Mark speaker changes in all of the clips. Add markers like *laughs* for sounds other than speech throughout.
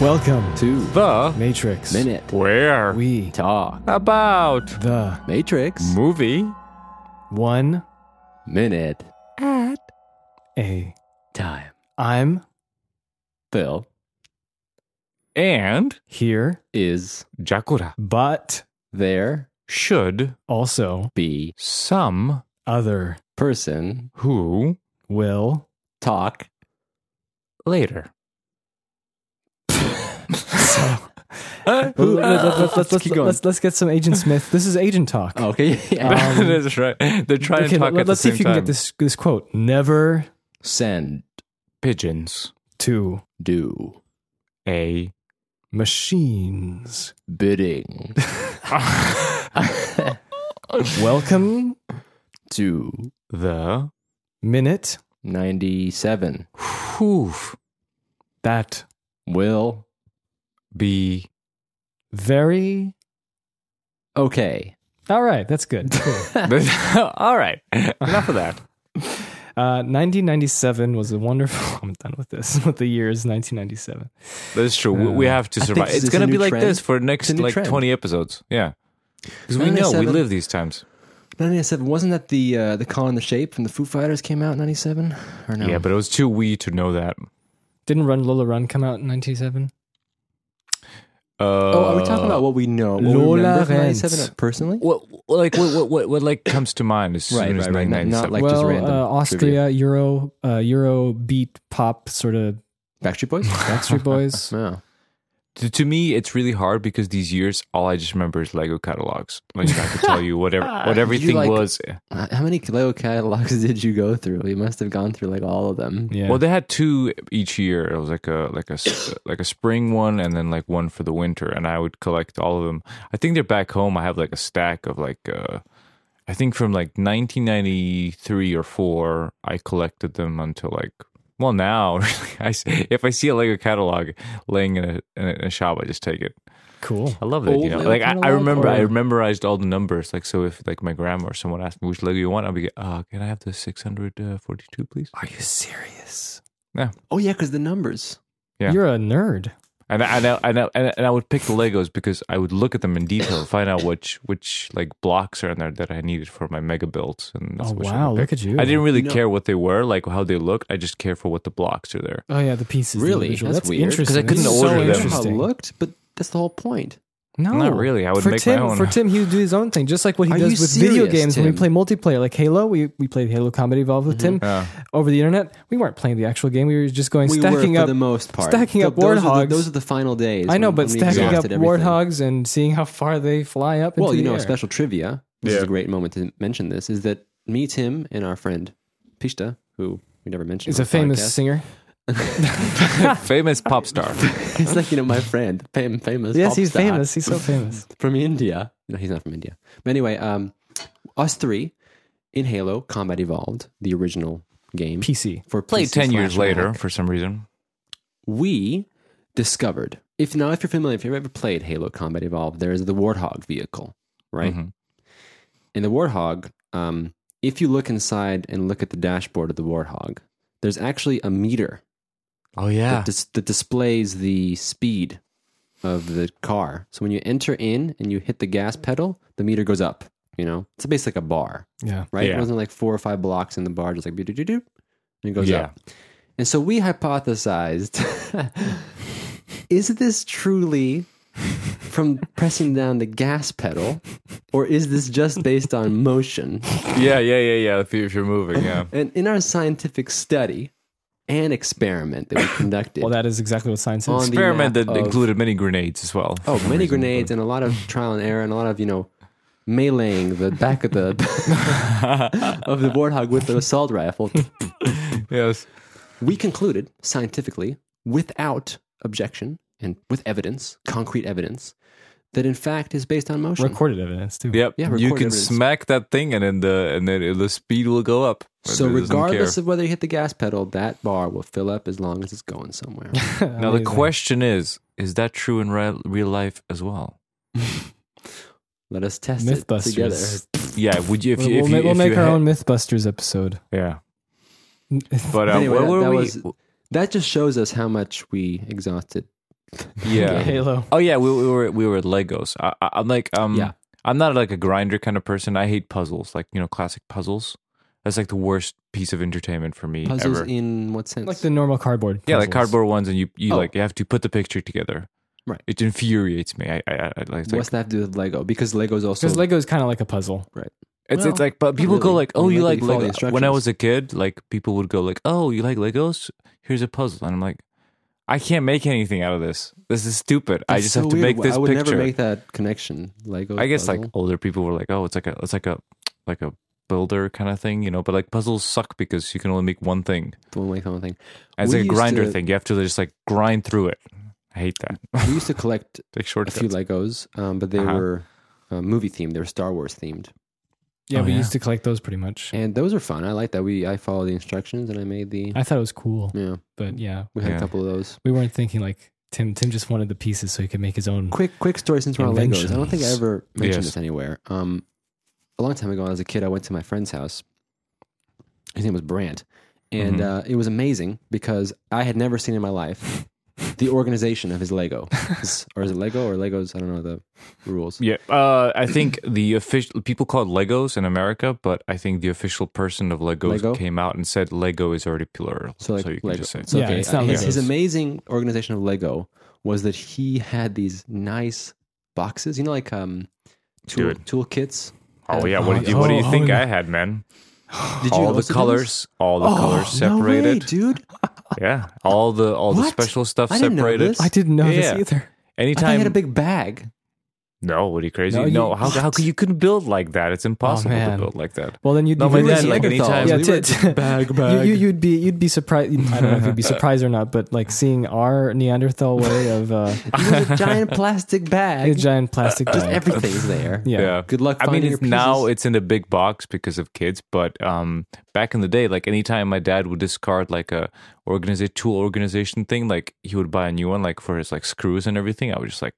Speaker 1: Welcome to
Speaker 2: to the
Speaker 1: Matrix.
Speaker 2: minute.
Speaker 3: Where?
Speaker 1: We
Speaker 2: Talk
Speaker 3: About
Speaker 1: the
Speaker 2: Matrix
Speaker 3: movie
Speaker 1: one
Speaker 2: minute
Speaker 3: at
Speaker 1: a
Speaker 2: time.
Speaker 1: I'm
Speaker 2: Phil
Speaker 3: and
Speaker 1: here,
Speaker 2: is
Speaker 3: Jakura.
Speaker 1: but
Speaker 2: there
Speaker 3: Should
Speaker 1: also
Speaker 2: be
Speaker 3: some
Speaker 1: other
Speaker 2: person
Speaker 3: who
Speaker 1: will
Speaker 2: talk
Speaker 3: later. *laughs*
Speaker 1: Well, let- let- let's, let's, let's, let's, let's get some Agent Smith. This is Agent Talk.
Speaker 2: Oh, Okay. *laughs* Yeah.
Speaker 1: Um,
Speaker 3: That's right. They're trying
Speaker 1: okay,
Speaker 3: to Oh. talk
Speaker 1: let,
Speaker 3: at
Speaker 1: us see
Speaker 3: the same
Speaker 1: if you
Speaker 3: time.
Speaker 1: can get this this quote. Never
Speaker 2: Send
Speaker 3: Pigeons,
Speaker 1: to
Speaker 2: do
Speaker 3: a
Speaker 1: machines.
Speaker 3: *laughs*
Speaker 2: bidding
Speaker 1: Welcome,
Speaker 2: to
Speaker 3: the
Speaker 1: minute
Speaker 2: 97
Speaker 3: hoof
Speaker 1: that
Speaker 2: will
Speaker 3: be
Speaker 1: very.
Speaker 2: okay.
Speaker 1: All right, that's good. Cool.
Speaker 3: *laughs*
Speaker 2: *laughs*
Speaker 3: all right. Enough of that.
Speaker 1: Uh, 1997 was a wonderful. *laughs* I'm done with this. With the year is 1997.
Speaker 3: That's true. we, we have to
Speaker 2: I think
Speaker 3: survive.
Speaker 2: this
Speaker 3: It's
Speaker 2: is a
Speaker 3: gonna
Speaker 2: new
Speaker 3: be like this
Speaker 2: trend.
Speaker 3: for
Speaker 2: It's
Speaker 3: next
Speaker 2: a new
Speaker 3: like
Speaker 2: trend.
Speaker 3: twenty episodes. Yeah, because we know we
Speaker 2: 97.
Speaker 3: live these times.
Speaker 2: 97 wasn't that the uh, the call in the shape from the Foo Fighters came out in 97 or no?
Speaker 3: Yeah, but it was too wee to know that.
Speaker 1: Didn't Run Lola Run come out in 1997?
Speaker 3: Uh,
Speaker 2: Oh, are we talking about what we know? What we
Speaker 1: Lola
Speaker 2: remember from
Speaker 1: Rent.
Speaker 2: 97 personally?
Speaker 3: what, like what, what, what, what like comes to
Speaker 2: *laughs*
Speaker 3: mind as
Speaker 2: Right,
Speaker 3: soon as
Speaker 2: right, right. Not- not
Speaker 3: 1997?
Speaker 2: like just
Speaker 1: well,
Speaker 2: random
Speaker 1: uh, Austria Euro uh, Euro beat pop sort of
Speaker 2: Backstreet
Speaker 3: *laughs*
Speaker 2: Boys?
Speaker 1: Backstreet Boys.
Speaker 2: No.
Speaker 3: to, to me, it's really hard because these years, all I just remember is Lego catalogs. Like I could tell you
Speaker 2: *laughs*
Speaker 3: whatever what everything
Speaker 2: like-
Speaker 3: was.
Speaker 2: Uh, How many Lego catalogs *laughs* did you go through? You must have gone through like all of them.
Speaker 1: yeah.
Speaker 3: Well, they had two each year. It was like a like a *coughs* s- like a spring one, and then like one for the winter. And I would collect all of them. I think they're back home. I have like a stack of like uh, I think from like 1993 or four. I collected them until like well now. *laughs* I s- if I see a Lego catalog laying in a, in a, in a shop, I just take it.
Speaker 1: cool.
Speaker 3: I love that.
Speaker 2: Old
Speaker 3: You know,
Speaker 2: Lego
Speaker 3: like I, I
Speaker 2: catalog
Speaker 3: remember, I
Speaker 2: or-
Speaker 3: memorized all the numbers. Like so, if like my grandma or someone asked me which Lego you want, I'll be like, oh, can I have the 642, please?
Speaker 1: Are you serious?
Speaker 2: Oh yeah, because the numbers.
Speaker 3: Yeah.
Speaker 1: You're a nerd.
Speaker 3: And I, and, I, and, I, and I- and I would pick the Legos because I would look at them in detail, find out which which like blocks are in there that I needed for my mega builds. And that's
Speaker 1: oh
Speaker 3: which one
Speaker 1: wow,
Speaker 3: I,
Speaker 1: look
Speaker 3: picked.
Speaker 1: at you.
Speaker 3: I didn't really
Speaker 2: No.
Speaker 3: care what they were, like how they looked. I just care for what the blocks are there.
Speaker 1: Oh yeah, the pieces. the
Speaker 2: Really?
Speaker 1: individual.
Speaker 2: That's weird, 'cause I
Speaker 1: interesting.
Speaker 3: couldn't
Speaker 1: This is
Speaker 3: order
Speaker 1: so
Speaker 3: them.
Speaker 2: How it
Speaker 1: Interesting.
Speaker 2: looked, but that's the whole point.
Speaker 1: No,
Speaker 3: Not really. I
Speaker 1: Oh,
Speaker 3: would
Speaker 1: for
Speaker 3: make my
Speaker 1: Tim,
Speaker 3: own.
Speaker 1: For Tim, he would do his own thing, just like what he
Speaker 2: Are
Speaker 1: does
Speaker 2: you
Speaker 1: with video
Speaker 2: serious,
Speaker 1: games when we play
Speaker 2: Tim?
Speaker 1: multiplayer, like Halo. We we played Halo Combat Evolved with Tim
Speaker 3: Mm-hmm. Yeah.
Speaker 1: over the internet. We weren't playing the actual game. We were just going
Speaker 2: we
Speaker 1: stacking
Speaker 2: were,
Speaker 1: up.
Speaker 2: for the most part,
Speaker 1: stacking
Speaker 2: Th-
Speaker 1: up
Speaker 2: those Are
Speaker 1: warthogs.
Speaker 2: the, those are the final days.
Speaker 1: I know,
Speaker 2: when-
Speaker 1: but
Speaker 2: when we
Speaker 1: stacking up
Speaker 2: exhausted everything.
Speaker 1: warthogs and seeing how far they fly up.
Speaker 2: Well,
Speaker 1: into
Speaker 2: you
Speaker 1: the
Speaker 2: know,
Speaker 1: air.
Speaker 2: a special trivia. This is
Speaker 3: Yeah.
Speaker 2: a great moment to mention. This is that me, Tim, and our friend Pishta, who we never mentioned,
Speaker 1: He's
Speaker 2: on
Speaker 1: a
Speaker 2: the
Speaker 1: famous
Speaker 2: podcast.
Speaker 1: singer. *laughs*
Speaker 3: Famous pop
Speaker 2: *laughs*
Speaker 3: star.
Speaker 2: it's like you know my friend, fam- famous.
Speaker 1: Yes,
Speaker 2: pop
Speaker 1: he's
Speaker 2: star
Speaker 1: famous. He's
Speaker 2: *laughs*
Speaker 1: so famous.
Speaker 2: from India. No, he's not from India. But anyway, um, us three in Halo Combat Evolved, the original game
Speaker 1: PC.
Speaker 2: for
Speaker 3: Played
Speaker 2: PC
Speaker 3: 10 years
Speaker 2: slash
Speaker 3: later
Speaker 2: Mac,
Speaker 3: for some reason.
Speaker 2: we discovered if now if you're familiar, if you've ever played Halo Combat Evolved, there is the Warthog vehicle, right?
Speaker 3: Mhm.
Speaker 2: In the Warthog, um, if you look inside and look at the dashboard of the Warthog, there's actually a meter
Speaker 3: Oh, yeah.
Speaker 2: that, dis- that displays the speed of the car. So when you enter in and you hit the gas pedal, the meter goes up. You know, it's basically like a bar,
Speaker 1: Yeah.
Speaker 2: right?
Speaker 3: Yeah.
Speaker 2: It wasn't like four or five blocks in the bar, just like doo doo doo doo, and it goes
Speaker 3: Yeah.
Speaker 2: up. And so we hypothesized: *laughs* Is this truly from pressing down the gas pedal, or is this just based on motion?
Speaker 3: Yeah, yeah, yeah, yeah. If, you, if you're moving,
Speaker 2: *laughs*
Speaker 3: yeah.
Speaker 2: And in our scientific study and
Speaker 3: *coughs*
Speaker 2: experiment that we conducted,
Speaker 1: Well, that is exactly what science
Speaker 2: On
Speaker 1: is.
Speaker 2: the
Speaker 3: Experiment
Speaker 2: map
Speaker 3: that
Speaker 2: of-
Speaker 3: included many grenades as well.
Speaker 2: Oh, many grenades and a lot of trial and error and a lot of you know meleeing the back of
Speaker 3: *laughs*
Speaker 2: the *laughs* of the warthog with the assault rifle.
Speaker 3: Yes.
Speaker 2: We concluded scientifically, without objection and with evidence, concrete evidence, that in fact is based on motion.
Speaker 1: Recorded evidence *laughs* too.
Speaker 3: Yep.
Speaker 2: Yeah,
Speaker 3: you
Speaker 2: record
Speaker 3: can
Speaker 2: evidence.
Speaker 3: smack that thing, and then the and then the speed will go up.
Speaker 2: so
Speaker 3: It doesn't care.
Speaker 2: regardless of whether you hit the gas pedal, that bar will fill up as long as it's going
Speaker 1: *laughs*
Speaker 2: somewhere.
Speaker 3: Now the
Speaker 1: Amazing.
Speaker 3: question is: Is that true in real, real life as well?
Speaker 2: Let us test it together.
Speaker 1: MythBusters.
Speaker 3: Yeah. Would you? If
Speaker 1: We'll,
Speaker 3: you, if
Speaker 1: we'll
Speaker 3: you,
Speaker 1: ma- we'll
Speaker 3: if
Speaker 1: make
Speaker 3: you
Speaker 1: our
Speaker 3: had-
Speaker 1: own MythBusters episode. *laughs*
Speaker 2: *laughs*
Speaker 3: Yeah. But uh,
Speaker 2: Anyway,
Speaker 3: what
Speaker 2: that-
Speaker 3: were
Speaker 2: that
Speaker 3: we?
Speaker 2: was- That just shows us how much we exhausted *laughs*
Speaker 3: yeah.
Speaker 1: Halo.
Speaker 3: Oh yeah, we, we were we were at Legos. I, I, I'm like um
Speaker 2: Yeah.
Speaker 3: I'm not like a grinder kind of person. I hate puzzles, like you know, classic puzzles. That's like the worst piece of entertainment for me
Speaker 2: Puzzles
Speaker 3: ever.
Speaker 2: in what sense?
Speaker 1: Like the normal cardboard.
Speaker 3: yeah, like
Speaker 1: puzzles.
Speaker 3: cardboard ones, and you you
Speaker 2: Oh.
Speaker 3: like you have to put the picture together.
Speaker 2: Right.
Speaker 3: It infuriates me. I I, I like it's, like,
Speaker 2: What's that have to do with Lego? Because Lego's also
Speaker 1: Because Lego is kind of like a puzzle.
Speaker 3: it's, it's
Speaker 2: Well,
Speaker 3: like but people go
Speaker 2: really.
Speaker 3: like,
Speaker 2: I
Speaker 3: oh,
Speaker 2: mean,
Speaker 3: you
Speaker 2: Lego,
Speaker 3: like
Speaker 2: you follow the
Speaker 3: Lego. When I
Speaker 2: instructions.
Speaker 3: was a kid, like people would go like, oh, you like Legos? Here's a puzzle, and I'm like, I can't make anything out of this. This is stupid. I
Speaker 2: That's
Speaker 3: just
Speaker 2: so
Speaker 3: have to
Speaker 2: weird.
Speaker 3: make this
Speaker 2: I would
Speaker 3: picture.
Speaker 2: never make that connection. Lego.
Speaker 3: I guess like
Speaker 2: puzzle.
Speaker 3: older people were like, oh, it's like a it's like a like a builder kind of thing, you know. But like puzzles suck because you can only make one thing.
Speaker 2: don't make that one thing.
Speaker 3: And It's like
Speaker 2: We
Speaker 3: a
Speaker 2: used
Speaker 3: grinder
Speaker 2: to-
Speaker 3: thing. You have to just like grind through it. I hate that.
Speaker 2: We used to collect
Speaker 3: *laughs* Take
Speaker 2: a
Speaker 3: shortcuts.
Speaker 2: few Legos, um, but they
Speaker 3: Uh-huh.
Speaker 2: were uh, movie themed. They were Star Wars themed,
Speaker 1: Yeah,
Speaker 3: Oh,
Speaker 1: we
Speaker 3: yeah.
Speaker 1: used to collect those pretty much.
Speaker 2: and those are fun. I like that. We I followed the instructions and I made the.
Speaker 1: I thought it was cool,
Speaker 2: Yeah,
Speaker 1: but yeah,
Speaker 2: we had
Speaker 3: Yeah.
Speaker 2: a couple of those.
Speaker 1: we weren't thinking like Tim. Tim just wanted the pieces so he could make his own.
Speaker 2: Quick, quick story since we're on Legos. I don't think I
Speaker 1: Inventions.
Speaker 2: ever mentioned
Speaker 3: Yes.
Speaker 2: this anywhere. Um, a long time ago, when I was a kid, I went to my friend's house. His name was Brandt, and
Speaker 3: Mhm.
Speaker 2: uh, it was amazing because I had never seen in my life the organization of his *laughs* Lego, Is- or is it Lego or Legos? I don't know the rules.
Speaker 3: Yeah, uh, I think the official people call it Legos in America, but I think the official person of Legos
Speaker 2: Lego?
Speaker 3: came out and said Lego is already plural,
Speaker 2: So like
Speaker 3: you can
Speaker 2: Lego.
Speaker 3: just say
Speaker 2: So,
Speaker 1: Yeah,
Speaker 2: okay,
Speaker 1: it's not
Speaker 2: his, his
Speaker 1: Legos.
Speaker 2: amazing organization of Lego was that he had these nice boxes, you know, like um, tool
Speaker 3: Dude.
Speaker 2: tool kits.
Speaker 3: Oh yeah, what do you what do you
Speaker 1: Oh,
Speaker 3: think
Speaker 1: oh,
Speaker 3: I had, man?
Speaker 2: uh, Did
Speaker 3: all the
Speaker 2: also do this?
Speaker 3: colors, all the
Speaker 2: Oh,
Speaker 3: colors
Speaker 2: no way,
Speaker 3: separated.
Speaker 2: dude.
Speaker 3: Yeah, all the all the
Speaker 2: What?
Speaker 3: special stuff
Speaker 2: I didn't know
Speaker 3: separated.
Speaker 2: this.
Speaker 1: I didn't know this
Speaker 3: Yeah.
Speaker 1: either.
Speaker 2: I thought he
Speaker 3: Anytime
Speaker 2: had a big bag.
Speaker 3: No, what are you crazy?
Speaker 1: No,
Speaker 3: No,
Speaker 1: you-
Speaker 3: how how could you couldn't build like that? It's impossible to
Speaker 1: man.
Speaker 3: build like that.
Speaker 1: Well, then you'd
Speaker 3: No,
Speaker 1: be
Speaker 3: my
Speaker 1: really
Speaker 3: dad, like,
Speaker 1: surprised.
Speaker 3: anytime-
Speaker 1: Yeah,
Speaker 2: We were
Speaker 1: t- t-
Speaker 2: *laughs* bag,
Speaker 1: You, you, would be you'd be surprised. I don't know if you'd be surprised or not, but like seeing our Neanderthal way of
Speaker 2: *laughs*
Speaker 1: uh,
Speaker 2: It was a giant plastic
Speaker 1: *laughs* a
Speaker 2: bag.
Speaker 1: giant plastic
Speaker 2: Just
Speaker 1: bag.
Speaker 2: everything's there.
Speaker 1: *laughs* Yeah.
Speaker 2: Good luck
Speaker 3: I mean,
Speaker 2: finding
Speaker 3: it's
Speaker 2: your
Speaker 3: now
Speaker 2: pieces.
Speaker 3: it's in a big box because of kids, but um, back in the day, like anytime my dad would discard like a organiza- tool organization thing, like he would buy a new one, like for his like screws and everything. I would just like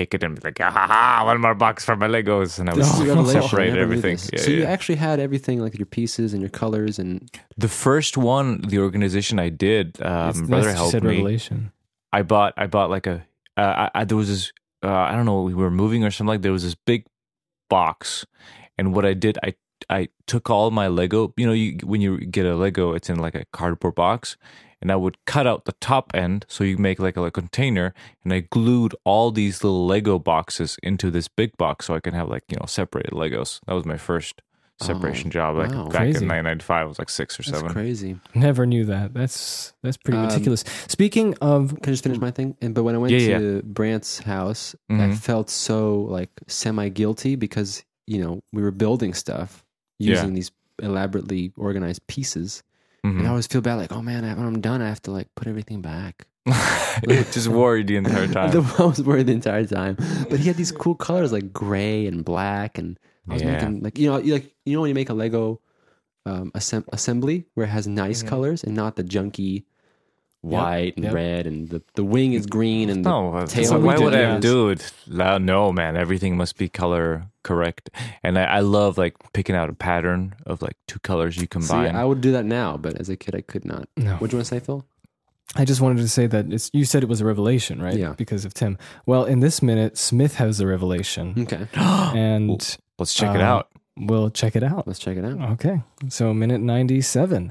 Speaker 3: take it and be like, ah, ha, ha, one more box for my Legos, and I
Speaker 1: Oh,
Speaker 3: would
Speaker 1: *laughs*
Speaker 2: This is a
Speaker 3: just,
Speaker 2: revelation. I
Speaker 3: like, separate
Speaker 2: never knew
Speaker 3: everything.
Speaker 2: this.
Speaker 3: Yeah,
Speaker 2: so you
Speaker 3: yeah.
Speaker 2: actually had everything, like your pieces and your colors, and
Speaker 3: the first one, the organization I did,
Speaker 1: It's
Speaker 3: um,
Speaker 1: nice
Speaker 3: brother
Speaker 1: that you
Speaker 3: helped
Speaker 1: said
Speaker 3: me.
Speaker 1: revelation.
Speaker 3: I bought I bought like a uh, I, I there was this uh, I don't know we were moving or something like there was this big box and what I did I I took all my Lego you know you when you get a Lego it's in like a cardboard box and I would cut out the top end so you make like a, like, container and I glued all these little Lego boxes into this big box so I can have like you know separated Legos that was my first separation job like
Speaker 2: wow.
Speaker 3: back
Speaker 1: Crazy.
Speaker 3: in 1995 I was like 6 or
Speaker 2: that's
Speaker 3: 7 *laughs*
Speaker 2: crazy.
Speaker 1: Never knew that. That's that's pretty
Speaker 2: Um,
Speaker 1: meticulous. Speaking of,
Speaker 2: Can I just finish my thing? And but when I went
Speaker 3: Mm. Yeah, yeah.
Speaker 2: to Brant's house, I
Speaker 3: Mhm.
Speaker 2: felt so like semi guilty because you know we were building stuff
Speaker 3: Yeah.
Speaker 2: using these elaborately organized pieces, and I
Speaker 3: Mhm.
Speaker 2: always feel bad, like oh man, I- when I'm done, I have to like put everything back.
Speaker 3: just worried the entire time
Speaker 2: *laughs* the I was worried the entire time. But he had these cool colors like gray and black, and I was
Speaker 3: Yeah.
Speaker 2: making like you know you like you know when you make a Lego um, assem- assembly where it has nice
Speaker 3: Mm-hmm.
Speaker 2: colors and not the junky white and
Speaker 1: yep.
Speaker 2: red, and the, the wing is green and the
Speaker 3: Mm. No, it's
Speaker 2: tail
Speaker 3: like,
Speaker 1: we
Speaker 3: why
Speaker 1: did
Speaker 3: would I
Speaker 1: is-
Speaker 3: do it? La- No, man, everything must be color correct. And I, I love like picking out a pattern of like two colors you
Speaker 2: See,
Speaker 3: combine.
Speaker 2: I would do that now, but as a kid, I could not.
Speaker 1: No.
Speaker 2: What'd you want to say, Phil?
Speaker 1: I just wanted to say that it's you said it was a revelation, right?
Speaker 2: Yeah.
Speaker 1: Because of Tim. Well, in this minute, Smith has a revelation,
Speaker 2: Okay,
Speaker 1: and
Speaker 3: Let's check it
Speaker 2: uh-huh.
Speaker 1: Uh,
Speaker 3: out.
Speaker 1: we'll check it out.
Speaker 2: let's check it out. *laughs*
Speaker 1: Okay. So minute 97.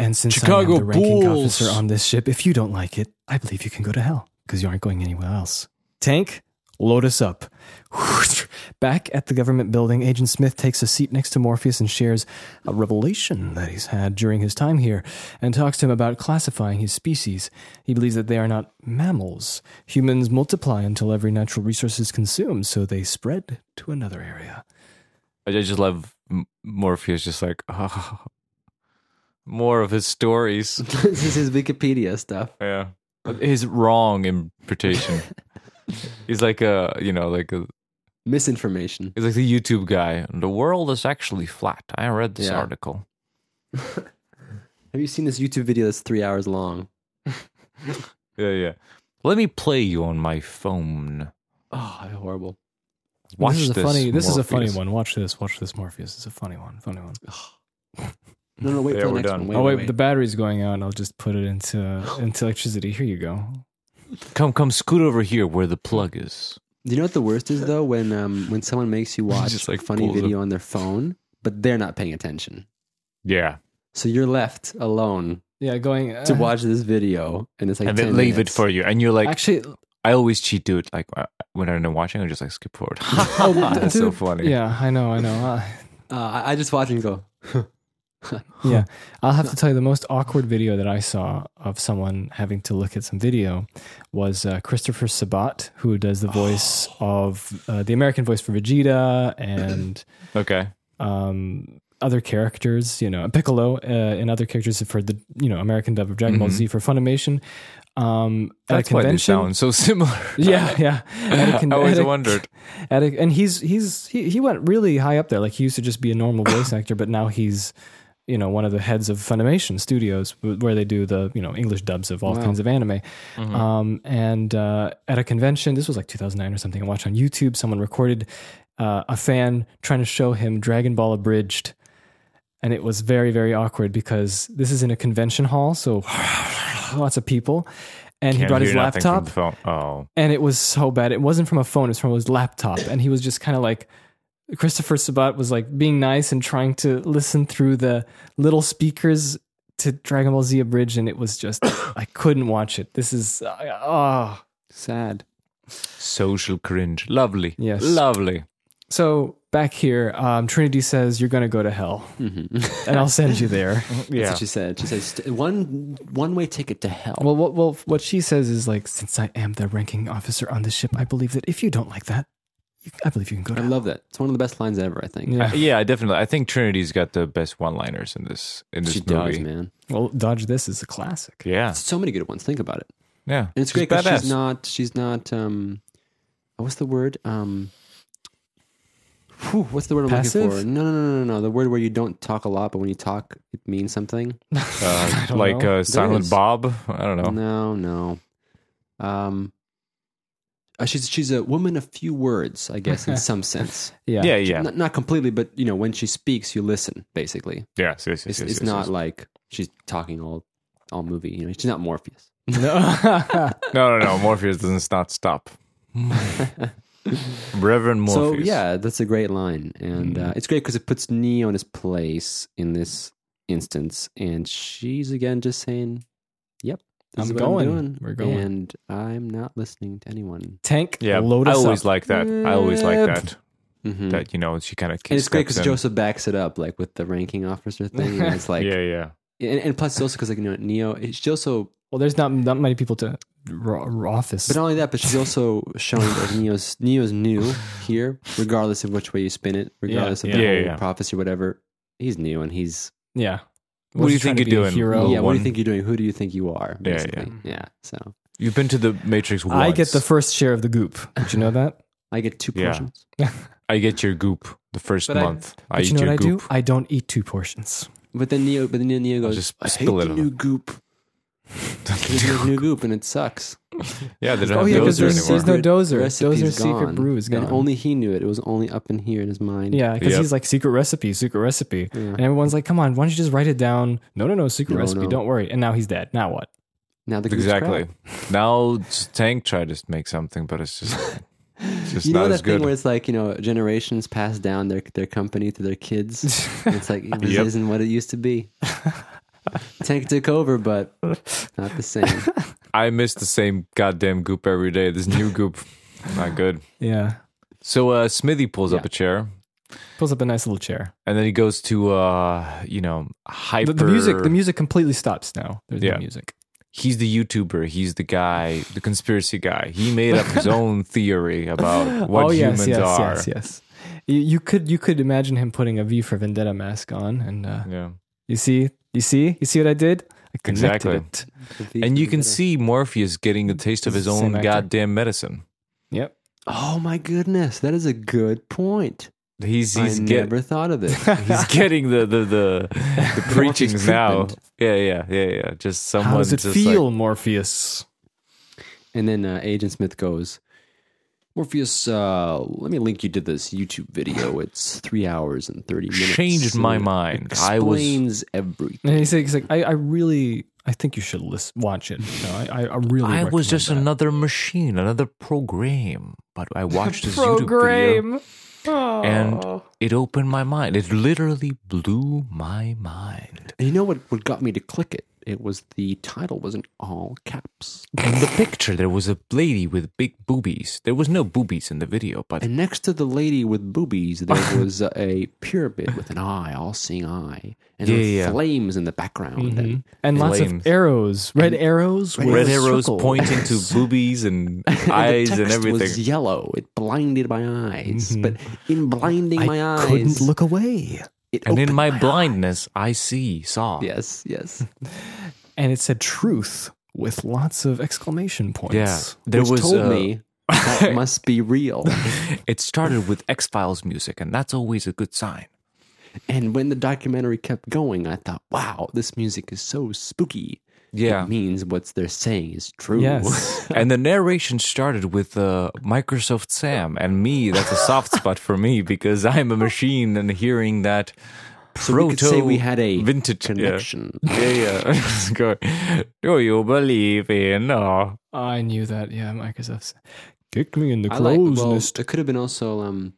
Speaker 1: And since I
Speaker 3: Chicago
Speaker 1: am the ranking
Speaker 3: Bulls.
Speaker 1: officer on this ship, if you don't like it, I believe you can go to hell because you aren't going anywhere else. Tank, load us up. *laughs* Back at the government building, Agent Smith takes a seat next to Morpheus and shares a revelation that he's had during his time here and talks to him about classifying his species. He believes that they are not mammals. Humans multiply until every natural resource is consumed, so they spread to another area.
Speaker 3: I ju- just love M- Morpheus, just like *laughs* oh, more of his stories.
Speaker 2: this is his Wikipedia stuff.
Speaker 3: Yeah, his wrong
Speaker 2: *laughs*
Speaker 3: interpretation. He's like a you know like a
Speaker 2: Misinformation. *laughs*
Speaker 3: he's like the YouTube guy. The world is actually flat. I read this
Speaker 2: Yeah.
Speaker 3: article.
Speaker 2: Have you seen this YouTube video that's three hours long?
Speaker 3: Yeah, yeah. Let me play you on my phone.
Speaker 2: Oh, horrible.
Speaker 3: Watch
Speaker 1: this is a funny. This is a funny
Speaker 3: Morpheus.
Speaker 1: one. Watch this. Watch this, Morpheus. It's a funny one. Funny one.
Speaker 2: No, no, wait
Speaker 3: Yeah,
Speaker 2: for the
Speaker 3: we're
Speaker 2: next
Speaker 3: done.
Speaker 2: one. Wait,
Speaker 1: oh wait,
Speaker 2: wait,
Speaker 1: the battery's going out. I'll just put it into into electricity. Here you go.
Speaker 3: Come, come, scoot over here where the plug is.
Speaker 2: You know what the worst is though when um, when someone
Speaker 3: *laughs*
Speaker 2: makes you watch
Speaker 3: Just, like,
Speaker 2: a funny
Speaker 3: pulls up.
Speaker 2: video on their phone, but they're not paying attention.
Speaker 3: Yeah,
Speaker 2: So you're left alone
Speaker 1: Yeah, going uh,
Speaker 2: to watch this video, and it's like
Speaker 3: and
Speaker 2: 10
Speaker 3: then leave
Speaker 2: minutes.
Speaker 3: it
Speaker 2: *laughs*
Speaker 3: for *laughs* you, and you're like,
Speaker 1: Actually,
Speaker 3: I always cheat, do it. Like uh, when I'm watching, I just like skip forward. *laughs* That's so
Speaker 1: dude,
Speaker 3: funny.
Speaker 1: yeah, I know, *laughs* I know. Uh,
Speaker 2: Uh, I I just watch it and go.
Speaker 1: *laughs* yeah, I'll have to tell you the most awkward video that I saw of someone having to look at some video was uh, Christopher Sabat, who does the voice of uh, the American voice for Vegeta and
Speaker 3: Okay.
Speaker 1: um, other characters, you know, Piccolo uh, and other characters for the you know American dub of Dragon Ball Z for Funimation. Um,
Speaker 3: Mm-hmm. That's
Speaker 1: at a
Speaker 3: why they
Speaker 1: convention,
Speaker 3: sound so similar.
Speaker 1: *laughs*
Speaker 3: *laughs*
Speaker 1: yeah, yeah. At a con-
Speaker 3: I always
Speaker 1: at a-
Speaker 3: *laughs* wondered.
Speaker 1: At a, and he's he's he, he went really high up there. Like he used to just be a
Speaker 3: *coughs*
Speaker 1: normal voice actor, but now he's you know one of the heads of Funimation Studios, wh- where they do the you know English dubs of all kinds of anime.
Speaker 3: Mm-hmm.
Speaker 1: Um, and uh, at a convention, this was like 2009 or something. I watched on YouTube. Someone recorded uh, a fan trying to show him Dragon Ball abridged. And it was very, very awkward because this is in a convention hall, so *sighs* lots of people. And he
Speaker 3: Can't
Speaker 1: brought his
Speaker 3: hear nothing from
Speaker 1: laptop
Speaker 3: the phone. Oh,
Speaker 1: and it was so bad. It wasn't from a phone; it was from his laptop, and he was just kind of like Christopher Sabat was like being nice and trying to listen through the little speakers to Dragon Ball Z Abridged, and it was just I couldn't watch it. This is uh, oh
Speaker 2: Sad.
Speaker 3: social cringe. Lovely.
Speaker 1: Yes.
Speaker 3: Lovely.
Speaker 1: so back here. Um, Trinity says you're going to go to hell,
Speaker 2: Mhm.
Speaker 1: and I'll send you there.
Speaker 2: That's what she said. She said "St- one one way ticket to hell.
Speaker 1: well, what, well, what she says is like, since I am the ranking officer on the ship, I believe that if you don't like that, you, I believe you can go to
Speaker 2: I
Speaker 1: hell.
Speaker 2: love that. It's one of the best lines ever. I think.
Speaker 1: Yeah.
Speaker 3: Uh, yeah, definitely. I think Trinity's got the best one-liners in this in this
Speaker 2: She
Speaker 3: movie.
Speaker 2: does, man.
Speaker 1: Well, dodge this is a classic.
Speaker 3: Yeah,
Speaker 2: So many good ones. Think about it.
Speaker 3: yeah.
Speaker 2: And it's
Speaker 3: She's
Speaker 2: great because
Speaker 3: badass.
Speaker 2: she's not. She's not. Um, what's the word? Um, whew, what's the word I'm
Speaker 1: Passive?
Speaker 2: looking for? No, no, no, no, no. The word where you don't talk a lot, but when you talk, it means something.
Speaker 1: *laughs* I
Speaker 3: uh,
Speaker 1: don't
Speaker 3: like
Speaker 1: know.
Speaker 3: uh, Silent
Speaker 2: is.
Speaker 3: Bob. I don't know.
Speaker 2: No, no. Um, uh, she's she's a woman of few words, I guess, in
Speaker 1: *laughs*
Speaker 2: some sense.
Speaker 1: Yeah,
Speaker 3: Yeah, yeah,
Speaker 2: Not, not completely, but you know, when she speaks, you listen. Basically,
Speaker 3: yeah. Yes, yes, yes,
Speaker 2: it's,
Speaker 3: yes,
Speaker 2: it's
Speaker 3: yes,
Speaker 2: not
Speaker 3: yes.
Speaker 2: like she's talking all all movie. You know, she's not Morpheus.
Speaker 1: *laughs*
Speaker 2: *laughs*
Speaker 1: No. *laughs*
Speaker 3: No, no, no. Morpheus does not stop. Reverend
Speaker 2: So
Speaker 3: Morpheus.
Speaker 2: yeah, that's a great line, and uh, it's great because it puts Neo in his place in this instance, and she's again just saying, "Yep, this
Speaker 1: I'm
Speaker 2: is what
Speaker 1: going.
Speaker 2: doing,
Speaker 1: We're going."
Speaker 2: and I'm not listening to anyone."
Speaker 1: Tank.
Speaker 3: yeah.
Speaker 1: load
Speaker 3: I
Speaker 1: us
Speaker 3: always
Speaker 1: up.
Speaker 3: like that. I always like
Speaker 1: Yep. Mm.
Speaker 3: that.
Speaker 2: Mhm.
Speaker 3: That you know, she kind of.
Speaker 2: and it's great because Joseph backs it up, like with the ranking officer thing,
Speaker 3: *laughs*
Speaker 2: and it's like,
Speaker 3: yeah, yeah.
Speaker 2: and, and plus it's also because like you know Neo, she's also,
Speaker 1: Well, there's not not many people to r- r- office.
Speaker 2: but
Speaker 3: uh,
Speaker 2: not only that, but she's also showing that Neo's Neo's new here, regardless of which way you spin it, regardless of the
Speaker 3: yeah,
Speaker 2: whole
Speaker 3: yeah.
Speaker 2: prophecy or whatever. He's new, and he's
Speaker 1: yeah.
Speaker 3: What
Speaker 1: Was
Speaker 3: do you
Speaker 1: he trying
Speaker 3: think
Speaker 1: to
Speaker 3: you're
Speaker 1: be a
Speaker 3: doing?
Speaker 1: hero?
Speaker 3: Oh,
Speaker 2: yeah, what do
Speaker 3: one-
Speaker 2: you think you're doing? Who do you think you are?
Speaker 3: Yeah, yeah.
Speaker 2: Basically. Yeah, So
Speaker 3: You've been to the Matrix once.
Speaker 1: I get the first share of the goop. Did you know that?
Speaker 2: I get two
Speaker 3: Yeah.
Speaker 2: portions.
Speaker 3: I get your goop the first
Speaker 1: But I-
Speaker 3: month. *laughs* I,
Speaker 1: but
Speaker 3: eat
Speaker 1: you know
Speaker 3: your
Speaker 1: what I
Speaker 3: goop. *laughs*
Speaker 1: do? I don't eat two portions.
Speaker 2: But then Neo, but then Neo goes,
Speaker 3: just
Speaker 2: I hate
Speaker 3: spill it
Speaker 2: the
Speaker 3: on
Speaker 2: new
Speaker 3: them."
Speaker 2: goop.
Speaker 3: *laughs*
Speaker 2: There's no new goop, and it sucks.
Speaker 3: Yeah, they don't
Speaker 1: Oh
Speaker 3: have
Speaker 1: yeah, because
Speaker 3: those
Speaker 2: Dozer
Speaker 1: there's, there's
Speaker 3: anymore.
Speaker 1: no dozer.
Speaker 2: Recipe's
Speaker 1: Dozer's secret
Speaker 2: gone,
Speaker 1: brew is gone.
Speaker 2: And only he knew it. It was only up in here in his mind.
Speaker 1: yeah, because
Speaker 3: Yep.
Speaker 1: he's like secret recipe, secret recipe,
Speaker 2: Yeah.
Speaker 1: and everyone's like, "Come on, why don't you just write it down?" No, no, no, secret
Speaker 2: No,
Speaker 1: recipe.
Speaker 2: no.
Speaker 1: Don't worry. And now he's dead. Now what?
Speaker 2: Now the goop's
Speaker 3: Exactly.
Speaker 2: crap.
Speaker 3: Now Tank tried to make something, but
Speaker 1: *laughs*
Speaker 3: it's just it's just
Speaker 2: You
Speaker 3: not
Speaker 2: know
Speaker 3: as
Speaker 2: that
Speaker 3: good.
Speaker 2: thing where it's like you know generations pass down their their company to their
Speaker 3: *laughs*
Speaker 2: kids. And it's like this
Speaker 3: Yep.
Speaker 2: isn't what it used to be. Tank took over, but not the same.
Speaker 3: I miss the same goddamn goop every day. This new goop, not good.
Speaker 1: Yeah.
Speaker 3: So uh, Smithy pulls up
Speaker 2: Yeah.
Speaker 3: a chair,
Speaker 1: Pulls up a nice little chair.
Speaker 3: and then he goes to uh, you know hyper.
Speaker 1: The, the music, the music completely stops now. There's
Speaker 3: Yeah.
Speaker 1: no music.
Speaker 3: he's the YouTuber. He's the guy, the conspiracy guy. He made up
Speaker 1: *laughs*
Speaker 3: his own theory about what
Speaker 1: oh yes,
Speaker 3: humans
Speaker 1: yes,
Speaker 3: are.
Speaker 1: yes, yes. You, you could you could imagine him putting a V for Vendetta mask on, and uh,
Speaker 3: Yeah.
Speaker 1: you see, you see, you see what I did. I connected
Speaker 3: Exactly.
Speaker 1: it.
Speaker 3: *laughs* And you can see Morpheus getting a taste of his
Speaker 1: It's the same
Speaker 3: own
Speaker 1: actor.
Speaker 3: goddamn medicine.
Speaker 1: Yep.
Speaker 2: Oh my goodness, that is a good point.
Speaker 3: He's he's
Speaker 2: I
Speaker 3: get,
Speaker 1: *laughs*
Speaker 2: never thought
Speaker 3: *laughs*
Speaker 2: of this.
Speaker 3: he's getting the the the, the preachings now.
Speaker 2: treatment.
Speaker 3: Yeah, yeah, yeah, yeah. Just someone
Speaker 1: How does it
Speaker 3: just
Speaker 1: feel,
Speaker 3: like
Speaker 1: Morpheus?
Speaker 2: And then uh, Agent Smith goes, Morpheus, uh, let me link you to this YouTube video. It's three hours and 30 minutes.
Speaker 3: changed my
Speaker 2: And it
Speaker 3: mind. I was
Speaker 2: Explains everything.
Speaker 1: And he's like, he's like I, I really, I think you should list, watch it. No, I, I, I really.
Speaker 3: I was
Speaker 1: recommend
Speaker 3: just
Speaker 1: that.
Speaker 3: another machine, another program. But
Speaker 1: *laughs*
Speaker 3: I watched this YouTube video
Speaker 1: Mhm. Oh.
Speaker 3: and it opened my mind. It literally blew my mind.
Speaker 2: And you know what, what got me to click it? It was the title was in all caps.
Speaker 3: In the picture, there was a lady with big boobies. There was no boobies in the video, but
Speaker 2: And next to the lady with
Speaker 3: *laughs*
Speaker 2: boobies, there was a pyramid with an eye, all seeing eye. And there
Speaker 3: Yeah,
Speaker 2: were
Speaker 3: yeah. Mm-hmm.
Speaker 2: flames in the background. *laughs* And
Speaker 1: and lots
Speaker 3: Flames.
Speaker 1: of arrows, red arrows, with
Speaker 3: red
Speaker 1: a
Speaker 3: arrows
Speaker 1: circle.
Speaker 3: pointing
Speaker 2: *laughs*
Speaker 3: to boobies and eyes
Speaker 2: the
Speaker 3: and
Speaker 2: text
Speaker 3: everything. Mm-hmm.
Speaker 2: was yellow. It blinded my eyes. But in blinding my
Speaker 1: I
Speaker 2: eyes,
Speaker 1: couldn't look away.
Speaker 2: it
Speaker 3: and in
Speaker 2: opened
Speaker 3: my blindness, I see, saw.
Speaker 2: *laughs* Yes, yes.
Speaker 1: And it said "truth" with lots of exclamation points.
Speaker 3: Yeah, there
Speaker 2: Which
Speaker 3: was.
Speaker 2: told
Speaker 3: uh,
Speaker 2: me
Speaker 3: *laughs*
Speaker 2: that must be real.
Speaker 3: It started with X Files music, and that's always a good sign.
Speaker 2: And when the documentary kept going, I thought, wow, this music is so spooky.
Speaker 3: Yeah.
Speaker 2: It means what they're saying is true.
Speaker 1: Yes.
Speaker 2: *laughs*
Speaker 3: And the narration started with uh, Microsoft Sam and me. That's a soft spot for me because I'm a machine, and hearing that
Speaker 2: So
Speaker 3: proto
Speaker 2: we could say we had a
Speaker 3: vintage yeah.
Speaker 2: connection.
Speaker 3: Yeah, *laughs* yeah. Go. Do you believe in? Oh,
Speaker 1: I knew that. Yeah, Microsoft's kicked me in the
Speaker 2: I
Speaker 1: crow's
Speaker 2: like, well,
Speaker 1: nest.
Speaker 2: it could have been also um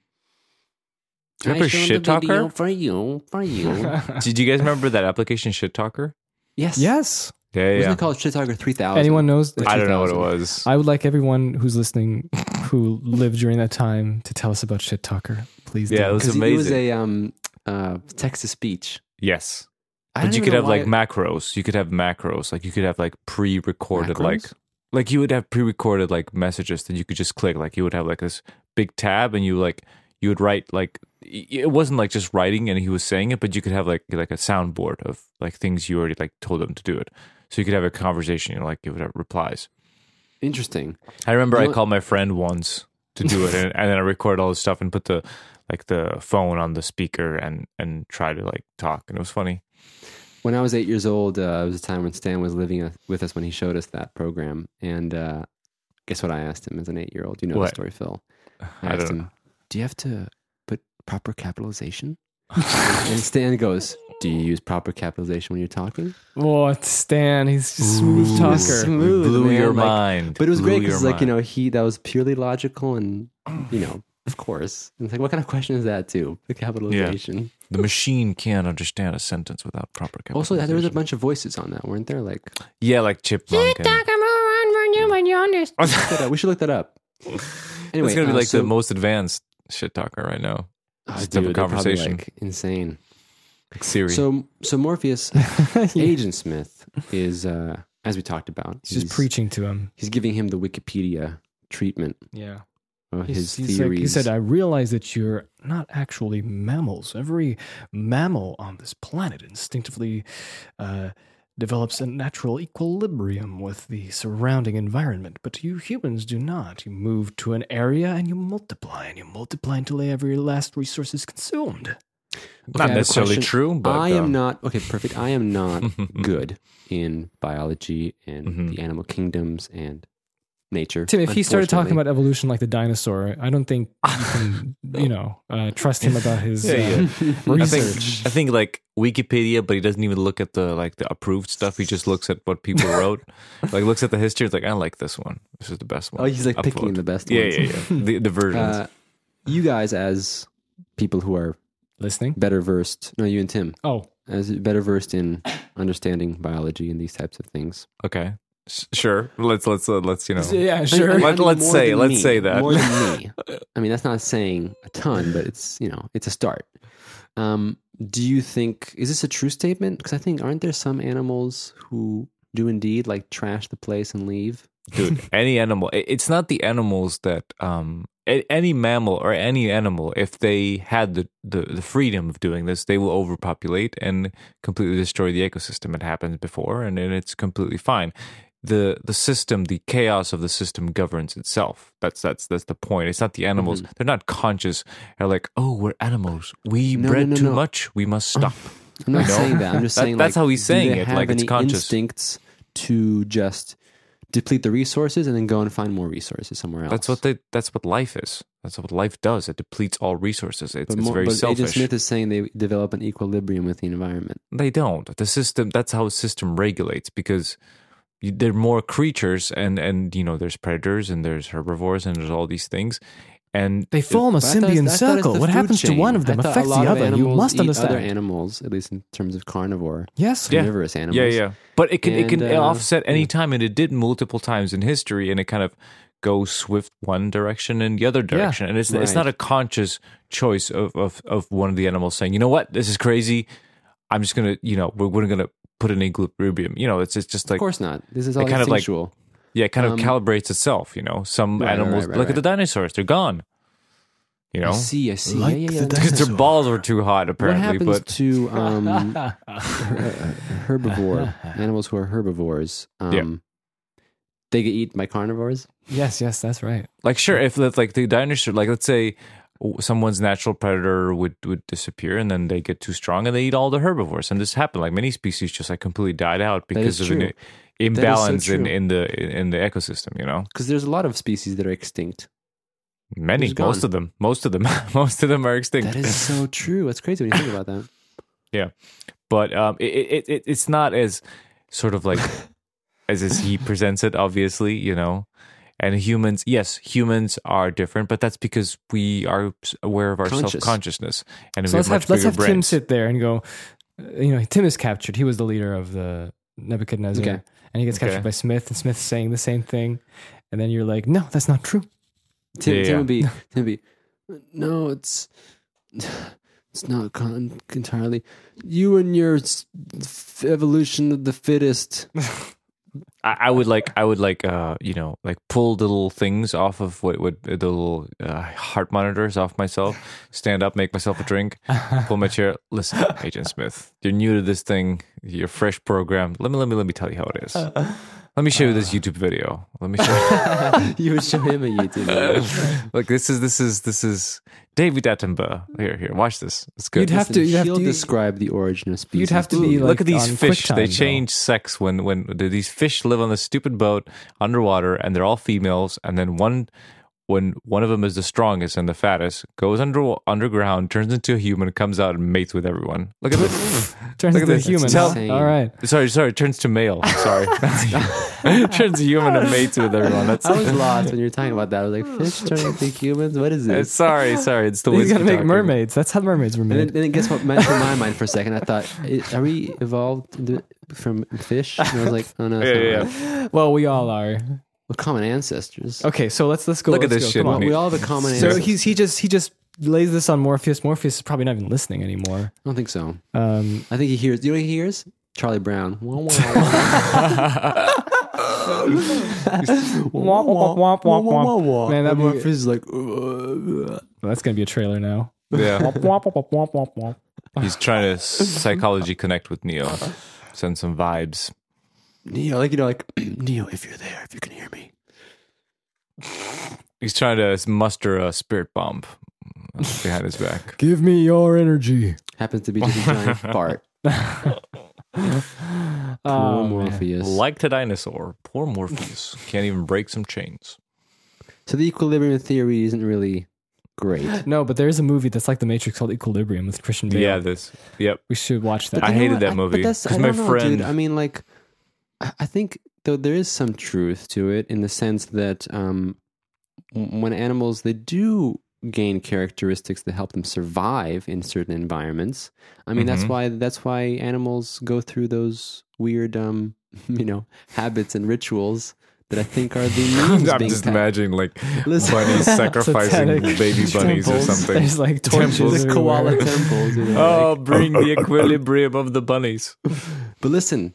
Speaker 3: Remember
Speaker 2: I showed
Speaker 3: Shit
Speaker 2: the video
Speaker 3: Talker?
Speaker 2: for you,
Speaker 1: *laughs*
Speaker 2: for you.
Speaker 3: did *laughs* you guys remember that application, Shit Talker?
Speaker 2: yes.
Speaker 1: Yes.
Speaker 3: Yeah, yeah.
Speaker 2: Wasn't it called Shit Talker 3000?
Speaker 1: Anyone knows?
Speaker 3: I don't know what it was.
Speaker 1: I would like everyone who's listening, who
Speaker 3: *laughs*
Speaker 1: lived during that time, to tell us about Shit Talker, please.
Speaker 3: Yeah,
Speaker 1: do.
Speaker 3: it was
Speaker 2: Because it was
Speaker 3: amazing.
Speaker 2: a um uh text to speech.
Speaker 3: yes,
Speaker 2: I
Speaker 3: but
Speaker 2: don't
Speaker 3: you
Speaker 2: even
Speaker 3: could
Speaker 2: know
Speaker 3: have like
Speaker 2: why-
Speaker 3: macros. You could have macros. Like you could have like pre-recorded like
Speaker 2: Macros?
Speaker 3: like you would have pre-recorded like messages that you could just click. Like you would have like this big tab, and you like you would write like y- it wasn't like just writing and he was saying it, but you could have like like a soundboard of like things you already like told them to do it. So you could have a conversation. You know, like you would have replies.
Speaker 2: interesting.
Speaker 3: I remember
Speaker 2: You
Speaker 3: I
Speaker 2: know-
Speaker 3: called my friend once to do it, and, and then I recorded all this stuff and put the like the phone on the speaker and and try to like talk, and it was funny.
Speaker 2: When I was eight years old, uh, it was a time when Stan was living uh, with us when he showed us that program. And uh, guess what I asked him as an eight year old? You know
Speaker 3: What?
Speaker 2: the story, Phil. I
Speaker 3: I
Speaker 2: asked
Speaker 3: don't.
Speaker 2: him, Do you have to put
Speaker 3: *laughs*
Speaker 2: proper capitalization? and Stan goes, Do you use proper capitalization when you're talking?
Speaker 1: Oh, Stan, he's a smooth
Speaker 3: Ooh.
Speaker 1: talker.
Speaker 2: Smooth,
Speaker 3: blew
Speaker 2: man,
Speaker 3: your
Speaker 2: like-
Speaker 3: mind,
Speaker 2: But it was
Speaker 3: Blew
Speaker 2: great because,
Speaker 3: your
Speaker 2: like, you
Speaker 3: mind.
Speaker 2: know, he that was purely logical and,
Speaker 3: *clears throat*
Speaker 2: you know, of course. And it's like, what kind of question is that, too? The capitalization.
Speaker 3: the machine can't understand a sentence without proper.
Speaker 2: Also, there was a
Speaker 3: capitalization.
Speaker 2: bunch of voices on that, weren't there? Like,
Speaker 3: yeah, like chipmunk. and- *laughs*
Speaker 2: Yeah, we should look that up. Anyway,
Speaker 3: it's gonna be
Speaker 2: uh,
Speaker 3: like
Speaker 2: so-
Speaker 3: the most advanced shit talker right now.
Speaker 2: Oh,
Speaker 3: Just have a
Speaker 2: dude, they're probably,
Speaker 3: conversation.
Speaker 2: like, insane.
Speaker 3: Siri.
Speaker 2: So, so Morpheus,
Speaker 1: *laughs* *laughs* Yeah.
Speaker 2: Agent Smith is, uh, as we talked about,
Speaker 1: He's just preaching to him.
Speaker 2: He's giving him the Wikipedia treatment
Speaker 1: Yeah.
Speaker 2: of his
Speaker 1: He's, he's like,
Speaker 2: theories.
Speaker 1: he said, I realize that you're not actually mammals. Every mammal on this planet instinctively uh, develops a natural equilibrium with the surrounding environment, but you humans do not. You move to an area and you multiply, and you multiply until every last resource is consumed.
Speaker 2: I
Speaker 3: not
Speaker 2: have a
Speaker 3: necessarily
Speaker 2: question.
Speaker 3: true, but
Speaker 2: I am
Speaker 3: um, *laughs*
Speaker 2: not okay. Perfect. I am
Speaker 1: *laughs*
Speaker 2: not good in biology and
Speaker 3: Mhm.
Speaker 2: the animal kingdoms and nature.
Speaker 1: Mm-hmm. Tim, if he started talking
Speaker 2: unfortunately.
Speaker 1: about evolution like the dinosaur, I don't think you
Speaker 2: *laughs*
Speaker 1: can, you know, uh, trust him about his
Speaker 3: Yeah,
Speaker 1: uh,
Speaker 3: yeah. I think
Speaker 1: research.
Speaker 3: I think like Wikipedia, but he doesn't even look at the like the approved stuff. He just looks at what
Speaker 2: *laughs*
Speaker 3: people wrote, like looks at the history. It's like I like this one. This is the best one.
Speaker 2: oh, he's like picking
Speaker 3: Upvote.
Speaker 2: the best
Speaker 3: Yeah,
Speaker 2: ones.
Speaker 3: yeah, yeah. the the
Speaker 2: *laughs*
Speaker 3: versions.
Speaker 2: Uh, you guys, as people who are
Speaker 1: Listening?
Speaker 2: better versed, no, you and Tim,
Speaker 1: Oh,
Speaker 2: as better versed in understanding biology and these types of things.
Speaker 3: okay, S- sure. Let's let's uh, let's you know.
Speaker 1: yeah, sure.
Speaker 3: Let- let's
Speaker 2: more
Speaker 3: say-
Speaker 2: than
Speaker 3: let's
Speaker 2: me.
Speaker 3: say that.
Speaker 2: more
Speaker 3: *laughs*
Speaker 2: than me. I mean, that's not saying a ton, but it's you know, it's a start. Um, do you think is this a true statement? Because I think aren't there some animals who do indeed like trash the place and leave?
Speaker 3: dude any animal I- it's not the animals that um a- any mammal or any animal if they had the, the the freedom of doing this they will overpopulate and completely destroy the ecosystem it happened before and, and it's completely fine the the system the chaos of the system governs itself that's that's that's the point it's not the animals
Speaker 2: Mm-hmm.
Speaker 3: they're not conscious they're like oh we're animals we
Speaker 2: No, no,
Speaker 3: bred
Speaker 2: no,
Speaker 3: too
Speaker 2: no.
Speaker 3: much we must stop
Speaker 2: I'm not
Speaker 3: No.
Speaker 2: saying that. I'm
Speaker 3: *laughs*
Speaker 2: just
Speaker 3: That-
Speaker 2: saying
Speaker 3: that's
Speaker 2: like,
Speaker 3: how he's
Speaker 2: do they
Speaker 3: saying it,
Speaker 2: Have
Speaker 3: like, it's
Speaker 2: any
Speaker 3: conscious.
Speaker 2: instincts to just deplete the resources, and then go and find more resources somewhere else.
Speaker 3: That's what they. That's what life is. That's what life does. It depletes all resources. It's,
Speaker 2: But,
Speaker 3: it's
Speaker 2: more,
Speaker 3: very
Speaker 2: but Agent
Speaker 3: selfish.
Speaker 2: Smith is saying they develop an equilibrium with the environment.
Speaker 3: They don't. The system. That's how a system regulates because you, there are more creatures, and and you know there's predators and there's herbivores and there's all these things, and
Speaker 1: They form a
Speaker 2: But I thought- I
Speaker 1: symbiont
Speaker 2: thought it's
Speaker 1: circle.
Speaker 2: the
Speaker 1: What
Speaker 2: food
Speaker 1: happens to
Speaker 2: chain.
Speaker 1: one of them
Speaker 2: I thought a
Speaker 1: affects the
Speaker 2: lot of
Speaker 1: other. You
Speaker 2: animals
Speaker 1: must
Speaker 2: eat
Speaker 1: understand.
Speaker 2: Other animals, at least in terms of carnivore,
Speaker 1: yes.
Speaker 3: Yeah.
Speaker 2: carnivorous animals.
Speaker 3: Yeah, yeah. But it can it can
Speaker 2: And, uh,
Speaker 3: offset any time, and it did multiple times in history, and it kind of goes swift one direction and the other direction, and it's it's
Speaker 2: Right.
Speaker 3: not a conscious choice of, of of one of the animals saying, you know what, this is crazy. I'm just gonna, you know, we're, we're gonna put an equilibrium. You know, it's it's just like
Speaker 2: Of course not. This is
Speaker 3: I
Speaker 2: all
Speaker 3: kind of like-
Speaker 2: instinctual.
Speaker 3: yeah, it kind
Speaker 2: um,
Speaker 3: of calibrates itself. You know, some
Speaker 2: Right, right,
Speaker 3: animals
Speaker 2: right,
Speaker 3: look at
Speaker 2: right.
Speaker 3: the dinosaurs; they're gone. You
Speaker 2: I
Speaker 3: know,
Speaker 2: see. I see.
Speaker 1: Like
Speaker 2: yeah, yeah,
Speaker 1: the
Speaker 2: yeah. that's-
Speaker 3: because *laughs* their balls were too hot
Speaker 2: what
Speaker 3: apparently.
Speaker 2: happens
Speaker 3: But
Speaker 2: to *laughs* um, uh, *laughs* herbivore animals who are herbivores? Um,
Speaker 3: Yeah.
Speaker 2: They get eaten by carnivores.
Speaker 1: yes, yes, that's right.
Speaker 3: Like sure, if if, like the dinosaur, like let's say someone's natural predator would would disappear, and then they get too strong and they eat all the herbivores, and this happened. Like many species just like completely died out
Speaker 2: That is
Speaker 3: because of an
Speaker 2: true. so
Speaker 3: imbalance in,
Speaker 2: true.
Speaker 3: in the in the ecosystem. You know,
Speaker 2: Because there's a lot of species that are extinct.
Speaker 3: many
Speaker 2: It's gone.
Speaker 3: most of them, most of them, *laughs* most of them are extinct.
Speaker 2: That is so true. That's crazy when you think about that.
Speaker 3: but um, it, it, it it's not as sort of like
Speaker 1: *laughs*
Speaker 3: as as he presents it. Obviously, you know. And humans, yes, humans are different, but that's because we are aware of our
Speaker 2: Conscious.
Speaker 3: self consciousness, and
Speaker 1: So
Speaker 3: we
Speaker 1: let's
Speaker 3: have much
Speaker 1: have let's
Speaker 3: bigger
Speaker 1: have Tim
Speaker 3: brains.
Speaker 1: sit there and go. uh, You know, Tim is captured. He was the leader of the Nebuchadnezzar,
Speaker 2: Okay.
Speaker 1: and he gets captured
Speaker 3: Okay.
Speaker 1: by Smith, and Smith's saying the same thing, and then you're like, "No, that's not true."
Speaker 2: Tim,
Speaker 3: Yeah,
Speaker 2: Tim
Speaker 3: yeah.
Speaker 2: would be. Tim would be. No, it's it's not con- entirely. You and your s- f- evolution of the fittest.
Speaker 3: I, I would like I would like uh you know like pull the little things off of what would the little uh, heart monitors off myself, stand up, make myself a drink, pull my chair.
Speaker 1: *laughs*
Speaker 3: Listen, Agent Smith, you're new to this thing. You're fresh program. Let me let me let me tell you how it is. Let me show you
Speaker 1: Uh.
Speaker 3: this YouTube video. Let me
Speaker 1: *laughs*
Speaker 3: show
Speaker 2: you would show him a
Speaker 3: *laughs*
Speaker 2: YouTube. *laughs* video.
Speaker 3: you. like this is this is this is David Attenborough. Here here, watch this. It's
Speaker 1: You'd
Speaker 3: good.
Speaker 1: have
Speaker 2: Listen,
Speaker 1: to- you'd have
Speaker 2: he'll
Speaker 1: to-
Speaker 2: describe the origin of species.
Speaker 1: You'd have to
Speaker 2: you.
Speaker 1: be like
Speaker 3: Look at these
Speaker 1: on
Speaker 3: fish.
Speaker 1: QuickTime,
Speaker 3: they
Speaker 1: though.
Speaker 3: change sex when when the- these fish live on this stupid boat underwater, and they're all females. And then one when one of them is the strongest and the fattest goes under underground, turns into a human, comes out and mates with everyone. Look at
Speaker 1: *laughs*
Speaker 3: this.
Speaker 1: Turns
Speaker 3: Look at
Speaker 1: into
Speaker 3: this.
Speaker 1: human.
Speaker 3: Tell-
Speaker 1: huh? All right.
Speaker 3: sorry, sorry. Turns to male.
Speaker 1: *laughs*
Speaker 3: Sorry, *laughs* turns human and mates with everyone. That's. *laughs*
Speaker 2: I was lost when you were talking about that. I was like, fish turning into humans. What is
Speaker 3: uh,
Speaker 2: this?
Speaker 3: Sorry, sorry. It's the
Speaker 1: He's
Speaker 3: whiskey
Speaker 1: gonna make
Speaker 3: talking.
Speaker 1: mermaids. That's how mermaids were
Speaker 2: And then,
Speaker 1: made.
Speaker 2: then it guess what went through my mind for a second. I thought, "I- are we evolved into- from fish? And I was like, oh no, that's
Speaker 3: Yeah,
Speaker 2: not
Speaker 3: yeah,
Speaker 2: right.
Speaker 1: Well, we all are.
Speaker 2: We're common ancestors.
Speaker 1: Okay, so let's let's go.
Speaker 3: Look at
Speaker 1: let's
Speaker 3: this
Speaker 1: go.
Speaker 3: shit,
Speaker 1: Come on.
Speaker 3: Nick.
Speaker 2: We all have a common
Speaker 1: So
Speaker 2: ancestor.
Speaker 1: he's he just he just lays this on Morpheus. Morpheus is probably not even listening anymore.
Speaker 2: I don't think so.
Speaker 1: Um,
Speaker 2: I think he hears. You know what he hears? Charlie Brown. Wah, wah, *laughs* wah.
Speaker 1: womp, womp, womp, womp, womp. Man, that
Speaker 2: And
Speaker 1: movie-
Speaker 2: Murphy's is like. "Uh, uh, uh."
Speaker 1: well, that's gonna be a trailer now. *laughs*
Speaker 3: Yeah,
Speaker 1: Womp, womp, womp, womp, womp, womp.
Speaker 3: he's trying to psychology connect
Speaker 1: *laughs*
Speaker 3: with Neo, send some vibes.
Speaker 2: Neo, like you know, like *clears throat* Neo, if you're there, if you can hear me.
Speaker 3: He's trying to muster a spirit bomb uh, behind his back.
Speaker 2: *laughs*
Speaker 1: Give me your energy.
Speaker 2: Happens to be just a *laughs* giant fart. Poor
Speaker 1: Oh, man.
Speaker 2: Morpheus.
Speaker 3: Like the dinosaur, poor Morpheus can't even break some chains.
Speaker 2: So the equilibrium theory isn't really great.
Speaker 1: No, but there is a movie that's like The Matrix called Equilibrium with Christian Bale.
Speaker 3: Yeah, this. Yep.
Speaker 1: we should watch that. *laughs*
Speaker 3: I
Speaker 2: You know
Speaker 3: hated
Speaker 2: what?
Speaker 3: that
Speaker 2: I-
Speaker 3: movie,
Speaker 2: but that's-
Speaker 3: 'cause
Speaker 2: I
Speaker 3: my
Speaker 2: don't know,
Speaker 3: friend-
Speaker 2: dude. I mean, like, I I think though there is some truth to it in the sense that um, w- when animals they do gain characteristics that help them survive in certain environments. I mean, that's
Speaker 3: Mhm.
Speaker 2: why that's why animals go through those weird, um, *laughs* you know, habits and rituals that I think are the memes
Speaker 3: *laughs* I'm
Speaker 2: being
Speaker 3: just
Speaker 2: pa-
Speaker 3: imagining like
Speaker 2: *laughs* Listen.
Speaker 3: bunnies
Speaker 2: *laughs*
Speaker 3: sacrificing
Speaker 1: Satanic
Speaker 3: baby bunnies
Speaker 1: temples.
Speaker 3: or something.
Speaker 1: There's like torches.
Speaker 3: Temples.
Speaker 2: the koala *laughs*
Speaker 1: everywhere.
Speaker 2: temples. You know, like-
Speaker 3: Oh, bring the equilibrium of the bunnies.
Speaker 2: But listen,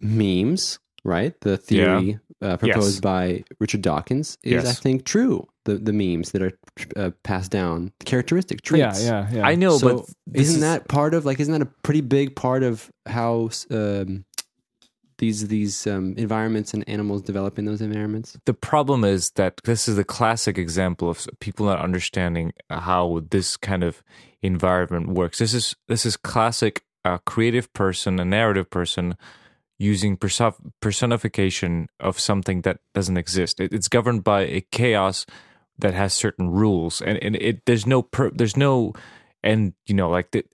Speaker 2: memes, right? The theory uh, proposed
Speaker 3: Yes.
Speaker 2: by Richard Dawkins is, I
Speaker 3: Yes.
Speaker 2: think, true. The the memes that are uh, passed down, the characteristic
Speaker 1: Yeah,
Speaker 2: traits.
Speaker 1: yeah, yeah.
Speaker 3: I know,
Speaker 2: so
Speaker 3: but this
Speaker 2: isn't
Speaker 3: is-
Speaker 2: that part of like? Isn't that a pretty big part of how um, these these um, environments and animals develop in those environments?
Speaker 3: the problem is that this is the classic example of people not understanding how this kind of environment works. This is this is classic uh, creative person, a narrative person using perso- personification of something that doesn't exist. It, it's governed by a chaos that has certain rules, and, and it there's no per, there's no and you know like the,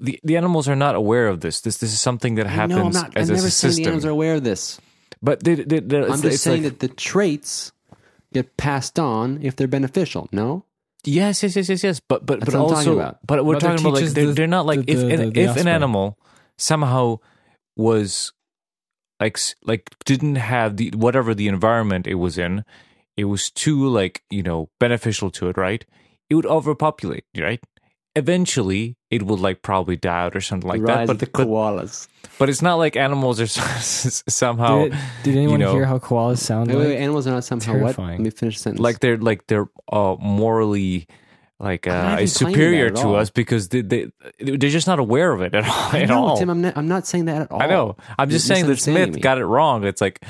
Speaker 3: the the animals are not aware of this. This this is something that happens
Speaker 2: no, I'm not.
Speaker 3: as
Speaker 2: I'm
Speaker 3: a
Speaker 2: never saying the
Speaker 3: system.
Speaker 2: animals are aware of this.
Speaker 3: but they, they, they,
Speaker 2: I'm just saying that the traits get passed on if they're beneficial. No,
Speaker 3: Yes, yes, yes, yes, yes. But but
Speaker 2: That's
Speaker 3: but
Speaker 2: what I'm
Speaker 3: also,
Speaker 2: talking about.
Speaker 3: but we're
Speaker 1: But it
Speaker 3: talking about like
Speaker 1: teaches
Speaker 3: they're,
Speaker 1: the-
Speaker 3: they're not like
Speaker 1: the-
Speaker 3: if
Speaker 1: the-
Speaker 3: an,
Speaker 1: the- the
Speaker 3: if an
Speaker 1: offspring.
Speaker 3: animal somehow was like s- like didn't have the whatever the environment it was in, it was too like you know beneficial to it, right? It would overpopulate, right? Eventually, it would like probably die out or something like that.
Speaker 2: Rise
Speaker 3: But,
Speaker 2: of the
Speaker 3: but
Speaker 2: koalas.
Speaker 3: but it's not like animals are *laughs* s- somehow
Speaker 1: did, did anyone
Speaker 3: know-
Speaker 1: hear how koalas sound
Speaker 2: Wait, wait, wait,
Speaker 1: like?
Speaker 2: animals are not somehow what? Let
Speaker 1: terrifying.
Speaker 2: me finish the sentence.
Speaker 3: like they're like they're uh, morally like
Speaker 2: not
Speaker 3: uh,
Speaker 2: even claiming
Speaker 3: superior
Speaker 2: that at
Speaker 3: to
Speaker 2: all.
Speaker 3: us because they, they they're just not aware of it at *laughs* all.
Speaker 2: I
Speaker 3: At
Speaker 2: know,
Speaker 3: all.
Speaker 2: Tim, I'm not, I'm not saying that at all.
Speaker 3: I know. I'm just
Speaker 2: You're
Speaker 3: saying that
Speaker 2: misunderstanding
Speaker 3: Smith
Speaker 2: me.
Speaker 3: got it wrong. It's like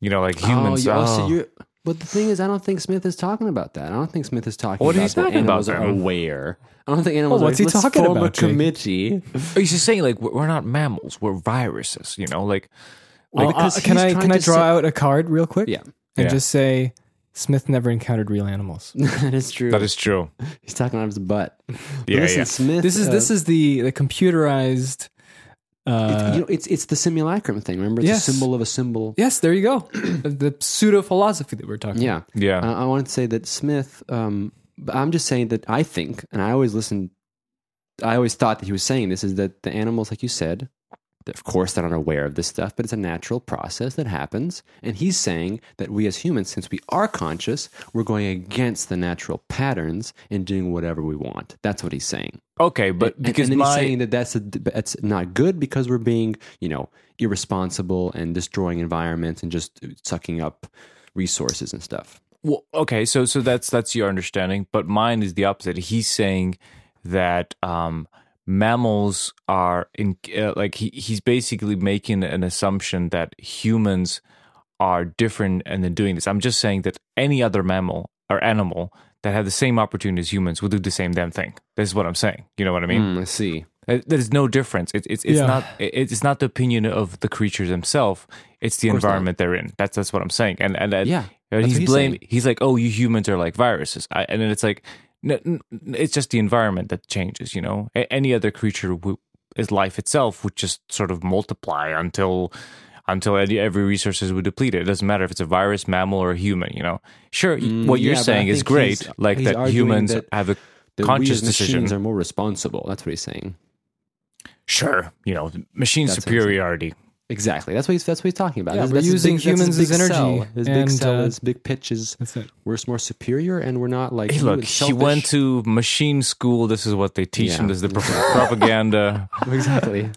Speaker 3: you know, like humans.
Speaker 2: Oh, you, oh,
Speaker 3: oh.
Speaker 2: so you're, but the thing is, I don't think Smith is talking about that. I don't think Smith is talking
Speaker 3: What
Speaker 2: about
Speaker 3: is he
Speaker 2: that
Speaker 3: talking about
Speaker 2: animals are
Speaker 3: then?
Speaker 2: aware. I don't think animals
Speaker 1: Well, what's
Speaker 2: are
Speaker 1: he
Speaker 2: let's
Speaker 1: talking
Speaker 2: form a
Speaker 1: about, Jake?
Speaker 2: committee.
Speaker 3: Oh, he's just saying like we're we're not mammals. We're viruses. You know, like
Speaker 1: Well, uh,
Speaker 2: because
Speaker 1: can
Speaker 2: Oh, he's
Speaker 1: I
Speaker 2: trying
Speaker 1: can I
Speaker 2: to
Speaker 1: draw
Speaker 2: say-
Speaker 1: out a card real quick?
Speaker 2: Yeah.
Speaker 1: and
Speaker 3: Yeah.
Speaker 1: just say Smith never encountered real animals.
Speaker 2: *laughs* that is true.
Speaker 3: that is true.
Speaker 2: He's talking out of his butt. But
Speaker 3: Yeah,
Speaker 2: listen,
Speaker 3: yeah.
Speaker 2: Smith.
Speaker 1: This is
Speaker 2: uh,
Speaker 1: this is the the computerized.
Speaker 2: it's,
Speaker 1: Uh,
Speaker 2: you know, it's it's the simulacrum thing. Remember, it's
Speaker 1: Yes.
Speaker 2: a symbol of a symbol.
Speaker 1: yes, there you go. *clears throat* the, the pseudo philosophy that we're talking.
Speaker 2: Yeah.
Speaker 3: Yeah.
Speaker 2: Uh, I wanted to say that Smith. Um, but I'm just saying that I think, and I always listened. I always thought that he was saying this is that the animals, like you said, that of course they're not aware of this stuff, but it's a natural process that happens. And he's saying that we as humans, since we are conscious, we're going against the natural patterns and doing whatever we want. That's what he's saying.
Speaker 3: okay, but
Speaker 2: And-
Speaker 3: because
Speaker 2: and, then
Speaker 3: my
Speaker 2: he's saying that that's a, that's not good because we're being you know irresponsible and destroying environments and just sucking up resources and stuff.
Speaker 3: Well, okay, so so that's that's your understanding, but mine is the opposite. He's saying that um, mammals are in uh, like he, he's basically making an assumption that humans are different and then doing this. I'm just saying that any other mammal or animal that have the same opportunity as humans will do the same damn thing. This is what I'm saying. You know what I mean?
Speaker 2: Mm, I see.
Speaker 3: Uh, There's no difference. It's it's it's
Speaker 1: Yeah.
Speaker 3: not it- it's not the opinion of the creatures themselves. It's the
Speaker 2: course not.
Speaker 3: environment they're in. That's that's what I'm saying. And and, and
Speaker 2: Yeah,
Speaker 3: and
Speaker 2: that's what
Speaker 3: he's
Speaker 2: he's
Speaker 3: blamed.
Speaker 2: saying.
Speaker 3: He's like, oh, you humans are like viruses. I, and then it's like, no, n- n- it's just the environment that changes. You know, A- any other creature w- is life itself would just sort of multiply until until any, every resources would deplete it. It doesn't matter if it's a virus, mammal, or a human. You know, sure, what you're
Speaker 2: Mm, yeah, but I
Speaker 3: saying is
Speaker 2: think
Speaker 3: great,
Speaker 2: he's-
Speaker 3: like
Speaker 2: he's
Speaker 3: that
Speaker 2: arguing
Speaker 3: humans
Speaker 2: that
Speaker 3: have a
Speaker 2: that
Speaker 3: conscious
Speaker 2: we as machines
Speaker 3: decision.
Speaker 2: are more responsible. That's what he's saying.
Speaker 3: sure, you know, machine
Speaker 2: That's what I'm saying.
Speaker 3: superiority.
Speaker 2: Exactly. That's what he's that's what he's talking about.
Speaker 1: Yeah,
Speaker 2: That's-
Speaker 1: we're
Speaker 2: that's his
Speaker 1: using
Speaker 2: big-
Speaker 1: humans
Speaker 2: that's his
Speaker 1: as
Speaker 2: big
Speaker 1: energy,
Speaker 2: Cell. His big
Speaker 1: and,
Speaker 2: cell,
Speaker 1: uh,
Speaker 2: his big pitch is
Speaker 1: That's it.
Speaker 2: we're more superior, and we're not like
Speaker 3: Hey,
Speaker 2: you
Speaker 3: look,
Speaker 2: and
Speaker 3: he
Speaker 2: selfish.
Speaker 3: went to machine school. This is what they teach
Speaker 2: Yeah.
Speaker 3: him. This is the pro- propaganda.
Speaker 2: *laughs* exactly.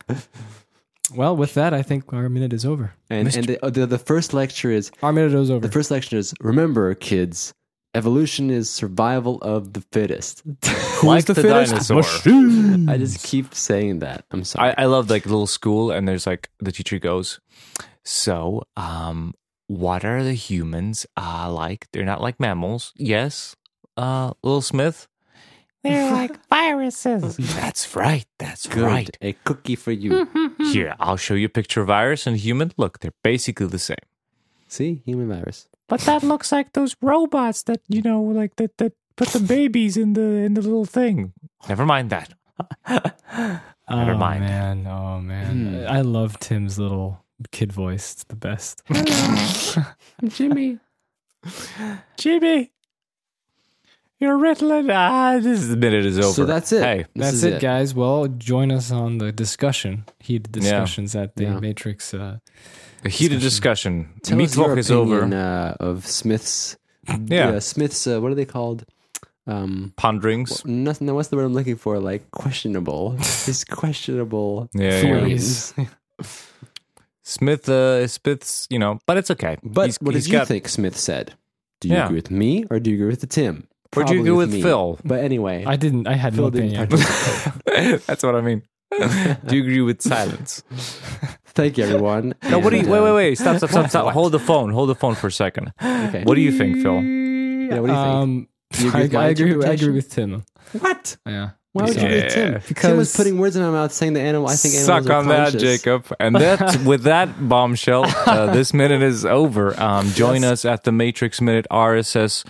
Speaker 1: Well, with that, I think our minute is over.
Speaker 2: And and the, uh, the the first lecture is
Speaker 1: Our minute is over.
Speaker 2: the first lecture is remember kids, evolution is survival of the fittest.
Speaker 3: like
Speaker 1: the
Speaker 3: the,
Speaker 1: fittest? Oh,
Speaker 3: dinosaur.
Speaker 2: I just keep saying that. I'm sorry.
Speaker 3: *laughs* I, I love like little school, and there's like the teacher goes, "So, um, what are the humans uh, like? They're not like mammals, yes, uh, Little Smith. They're *laughs* like viruses. That's right. That's
Speaker 2: Good.
Speaker 3: right. Mm-hmm.
Speaker 2: A cookie for you.
Speaker 3: Here, I'll show you a picture of virus and human. Look, they're basically the same.
Speaker 2: See, human virus.
Speaker 4: But that looks like those robots that you know, like that that put the babies in the in the little thing.
Speaker 3: Never mind that. never
Speaker 1: oh,
Speaker 3: mind.
Speaker 1: Man, oh man,
Speaker 2: Hmm.
Speaker 1: I love Tim's little kid voice. It's the
Speaker 2: *laughs*
Speaker 1: best.
Speaker 4: Jimmy, Jimmy, you're riddling. Ah,
Speaker 3: This is the minute is over.
Speaker 2: So that's it.
Speaker 3: Hey,
Speaker 2: This
Speaker 1: That's
Speaker 2: is
Speaker 1: it, guys. Well, join us on the discussion. Heated discussions at the
Speaker 2: Yeah.
Speaker 1: Matrix. Uh,
Speaker 3: a heated discussion.
Speaker 2: Tell
Speaker 3: Meat
Speaker 2: us your
Speaker 3: talk is
Speaker 2: opinion,
Speaker 3: over.
Speaker 2: Uh, of Smith's,
Speaker 3: Yeah.
Speaker 2: uh, Smith's. Uh, what are they called? Um,
Speaker 3: Ponderings.
Speaker 2: nothing. No, what's the word I'm looking for? Like
Speaker 3: *laughs*
Speaker 2: questionable. His questionable
Speaker 3: Yeah, yeah, yeah.
Speaker 2: theories.
Speaker 3: Smith, uh, Smith's, you know, but it's okay.
Speaker 2: But
Speaker 3: He's-
Speaker 2: what
Speaker 3: he's
Speaker 2: did you
Speaker 3: got-
Speaker 2: think Smith said? Do you
Speaker 3: Yeah.
Speaker 2: agree with me or do you agree with the Tim?
Speaker 3: Or do you
Speaker 2: Probably
Speaker 3: agree with
Speaker 2: me.
Speaker 3: Phil?
Speaker 2: But anyway,
Speaker 1: I didn't. I had no
Speaker 2: Phil didn't
Speaker 1: opinion. *laughs*
Speaker 3: *laughs* That's what I
Speaker 2: *laughs*
Speaker 3: mean. do you agree with silence?
Speaker 2: thank you, everyone.
Speaker 3: *laughs* No, what do you?
Speaker 2: And,
Speaker 3: Wait,
Speaker 2: uh,
Speaker 3: wait, wait! Stop, stop, stop,
Speaker 2: *laughs*
Speaker 3: stop! Hold the phone. Hold the phone for a second.
Speaker 2: Okay.
Speaker 3: What do you think, Phil?
Speaker 2: Yeah, what do you
Speaker 1: Um,
Speaker 2: think? Do you agree
Speaker 1: *laughs*
Speaker 2: with
Speaker 1: I,
Speaker 2: my
Speaker 1: I agree. I agree
Speaker 2: interpretation?
Speaker 1: with Tim.
Speaker 2: What?
Speaker 1: Yeah.
Speaker 2: Why would you read Tim?
Speaker 3: Yeah.
Speaker 1: Because-
Speaker 2: Tim was putting words in my mouth saying the animal. I think animals
Speaker 3: Suck
Speaker 2: are
Speaker 3: on that,
Speaker 2: conscious.
Speaker 3: Jacob. And
Speaker 2: *laughs*
Speaker 3: that with that bombshell, uh, this minute is over. Um, join us at the Matrix Minute RSS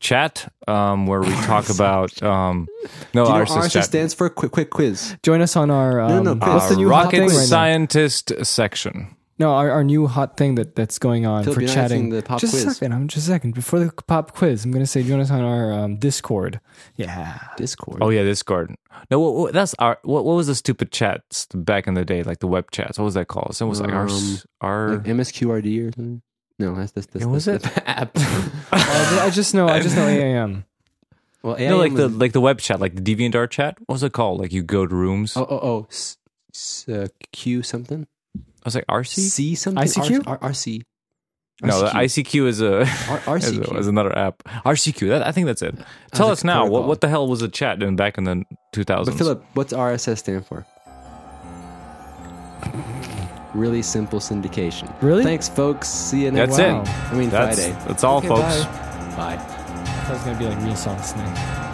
Speaker 3: chat, um, where we talk about um, no
Speaker 2: Do you know
Speaker 3: RSS,
Speaker 2: RSS
Speaker 3: chat.
Speaker 2: stands for quick, quick quiz.
Speaker 1: Join us on our
Speaker 2: No,
Speaker 1: um,
Speaker 2: no, quiz.
Speaker 1: what's the
Speaker 3: Uh,
Speaker 1: new hot
Speaker 3: rocket
Speaker 1: thing right now?
Speaker 3: scientist section.
Speaker 1: No, our, our new hot thing that, that's going on
Speaker 2: Philip,
Speaker 1: for
Speaker 2: you're not
Speaker 1: chatting.
Speaker 2: answering the uh, pop
Speaker 1: just a
Speaker 2: quiz.
Speaker 1: second. I'm just a second before the pop quiz. I'm gonna say join us on our um, Discord. Yeah,
Speaker 2: Discord.
Speaker 3: Oh yeah, Discord. No, what, what, that's our. What, what was the stupid chats back in the day, like the web chats? What was that called? It was like our
Speaker 2: Um,
Speaker 3: s- our.
Speaker 2: Like MSQRD or something. No, that's this. this
Speaker 3: Yeah, was it?
Speaker 2: this, this *laughs*
Speaker 3: *laughs*
Speaker 2: app?
Speaker 1: Uh, I just know. I just know AAM.
Speaker 2: well,
Speaker 3: no,
Speaker 2: AIM
Speaker 3: like the
Speaker 2: was-
Speaker 3: like the web chat, like the DeviantArt chat. What was it called? Like you go to rooms.
Speaker 2: oh oh oh s- s- uh, Q something
Speaker 3: I was like RC.
Speaker 2: C something
Speaker 1: ICQ?
Speaker 2: R- R- RC
Speaker 3: No, the ICQ is a *laughs*
Speaker 2: R-
Speaker 3: is,
Speaker 2: RCQ.
Speaker 3: is another app. RCQ. That, I think that's it. Tell
Speaker 2: like
Speaker 3: us now what,
Speaker 2: protocol.
Speaker 3: what the hell was a chat in back in the 2000s?
Speaker 2: But Philip, what's RSS stand for? Really simple syndication.
Speaker 1: Really?
Speaker 2: Thanks, folks. See you next.
Speaker 3: that's
Speaker 1: Wow.
Speaker 3: it.
Speaker 2: I mean
Speaker 3: That's
Speaker 2: Friday.
Speaker 3: that's all,
Speaker 2: Okay,
Speaker 3: folks.
Speaker 2: Bye.
Speaker 1: That was gonna be like real songs tonight.